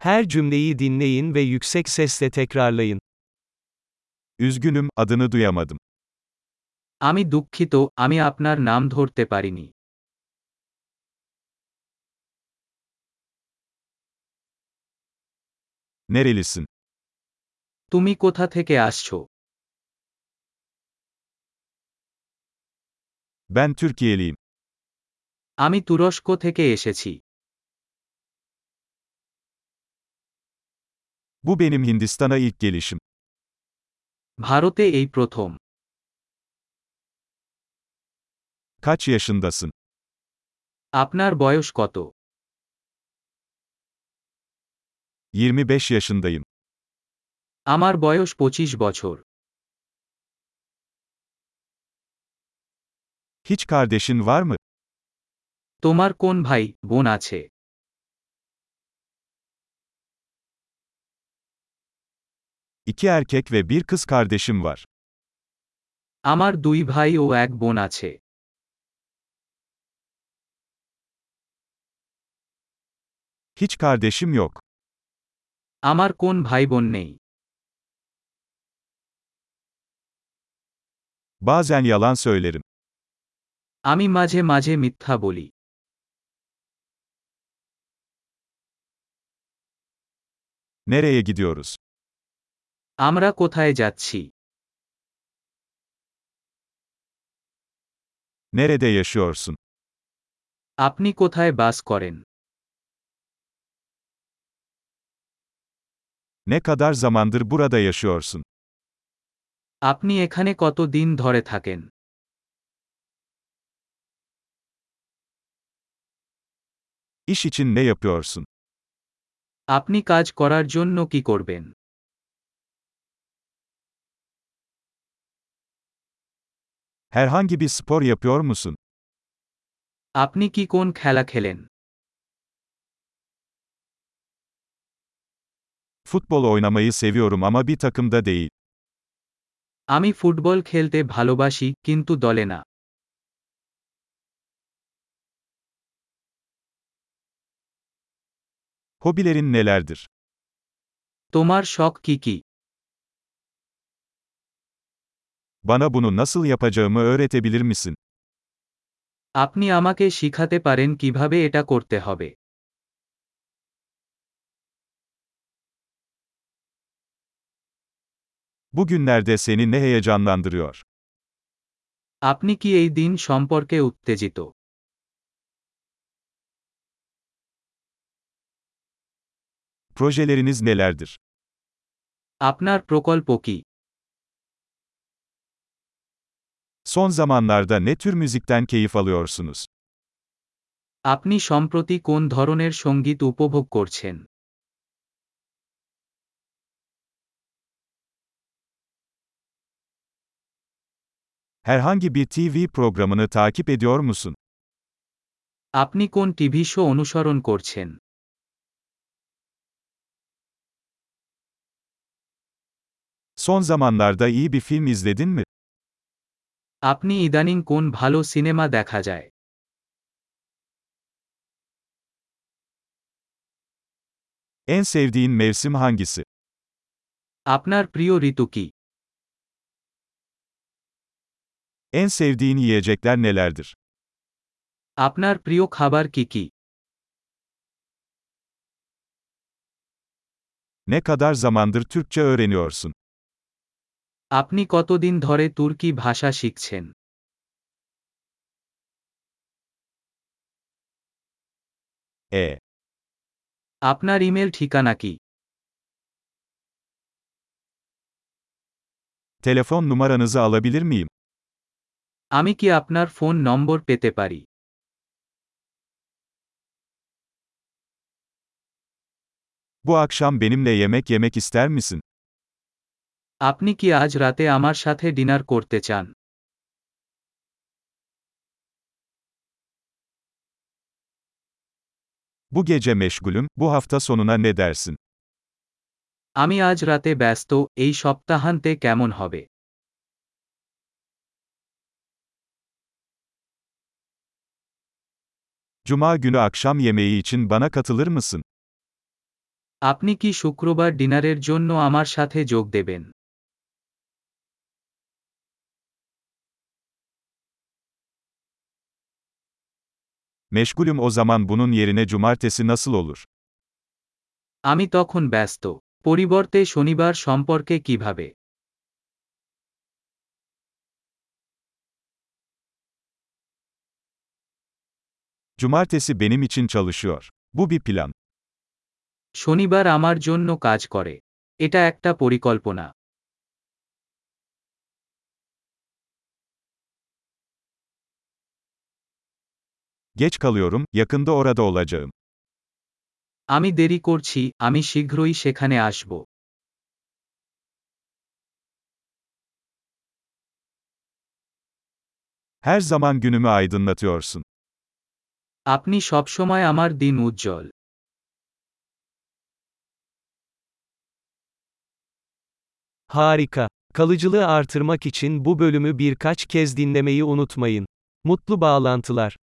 Her cümleyi dinleyin ve yüksek sesle tekrarlayın. Üzgünüm, adını duyamadım. আমি দুঃখিত আমি আপনার নাম ধরতে পারিনি Nerelisin? তুমি কোথা থেকে আসছো Ben Türkiye'liyim. আমি তুরস্ক থেকে এসেছি Bu benim Hindistan'a ilk gelişim. ভারতে এই প্রথম Kaç yaşındasın? আপনার বয়স কত 25 yaşındayım. আমার বয়স পঁচিশ বছর Hiç kardeşin var mı? তোমার কোন ভাই বোন আছে İki erkek ve bir kız kardeşim var. আমার দুই ভাই ও এক বোন আছে Hiç kardeşim yok. আমার কোন ভাই বোন নেই Bazen yalan söylerim. আমি মাঝে মাঝে মিথ্যা বলি Nereye gidiyoruz? আমরা কোথায় যাচ্ছি Nerede yaşıyorsun? আপনি কোথায় বাস করেন Ne kadar zamandır burada yaşıyorsun? আপনি এখানে কত দিন ধরে থাকেন İş için ne yapıyorsun? আপনি কাজ করার জন্য কি করবেন Herhangi bir spor yapıyor musun? আপনি কি কোন খেলা খেলেন Futbol oynamayı seviyorum ama bir takımda değil. আমি ফুটবল খেলতে ভালোবাসি কিন্তু দলে না Hobilerin nelerdir? তোমার শখ কি কি Bana bunu nasıl yapacağımı öğretebilir misin? আপনি আমাকে শিখাতে পারেন কিভাবে এটা করতে হবে Bugünlerde seni ne heyecanlandırıyor? আপনি কি এই দিন সম্পর্কে উত্তেজিত Projeleriniz nelerdir? আপনার প্রকল্প কি Son zamanlarda ne tür müzikten keyif alıyorsunuz? আপনি সম্প্রতি কোন ধরনের সঙ্গীত উপভোগ করছেন Herhangi bir TV programını takip ediyor musun? আপনি কোন টিভি শো অনুসরণ করছেন Son zamanlarda iyi bir film izledin mi? আপনি ইদানিং কোন ভালো সিনেমা দেখা যায় En sevdiğin mevsim hangisi? আপনার প্রিয় ঋতু কি En sevdiğin yiyecekler nelerdir? আপনার প্রিয় খাবার কি কি Ne kadar zamandır Türkçe öğreniyorsun? আপনি কতদিন ধরে তুর্কি ভাষা শিখছেন E. আপনার ইমেল ঠিকানা কি Telefon numaranızı alabilir miyim? আমি কি আপনার ফোন নম্বর পেতে পারি Bu akşam benimle yemek yemek ister misin? আপনি কি আজ রাতে আমার সাথে ডিনার করতে চান Bu gece meşgulüm, bu hafta sonuna ne dersin? আমি আজ রাতে ব্যস্ত এই সপ্তাহান্তে কেমন হবে Cuma günü akşam yemeği için bana katılır mısın? আপনি কি শুক্রবার ডিনারের জন্য আমার সাথে যোগ দেবেন Meşgulüm o zaman bunun yerine cumartesi nasıl olur? আমি তখন ব্যস্ত পরিবর্তে শনিবার সম্পর্কে কিভাবে Cumartesi benim için çalışıyor. Bu bir plan. শনিবার আমার জন্য কাজ করে এটা একটা পরিকল্পনা Geç kalıyorum, yakında orada olacağım. আমি দেরি করছি আমি শীঘ্রই সেখানে আসব Her zaman günümü aydınlatıyorsun. আপনি সবসময় আমার দিন উজ্জ্বল Harika. Kalıcılığı artırmak için bu bölümü birkaç kez dinlemeyi unutmayın. Mutlu bağlantılar.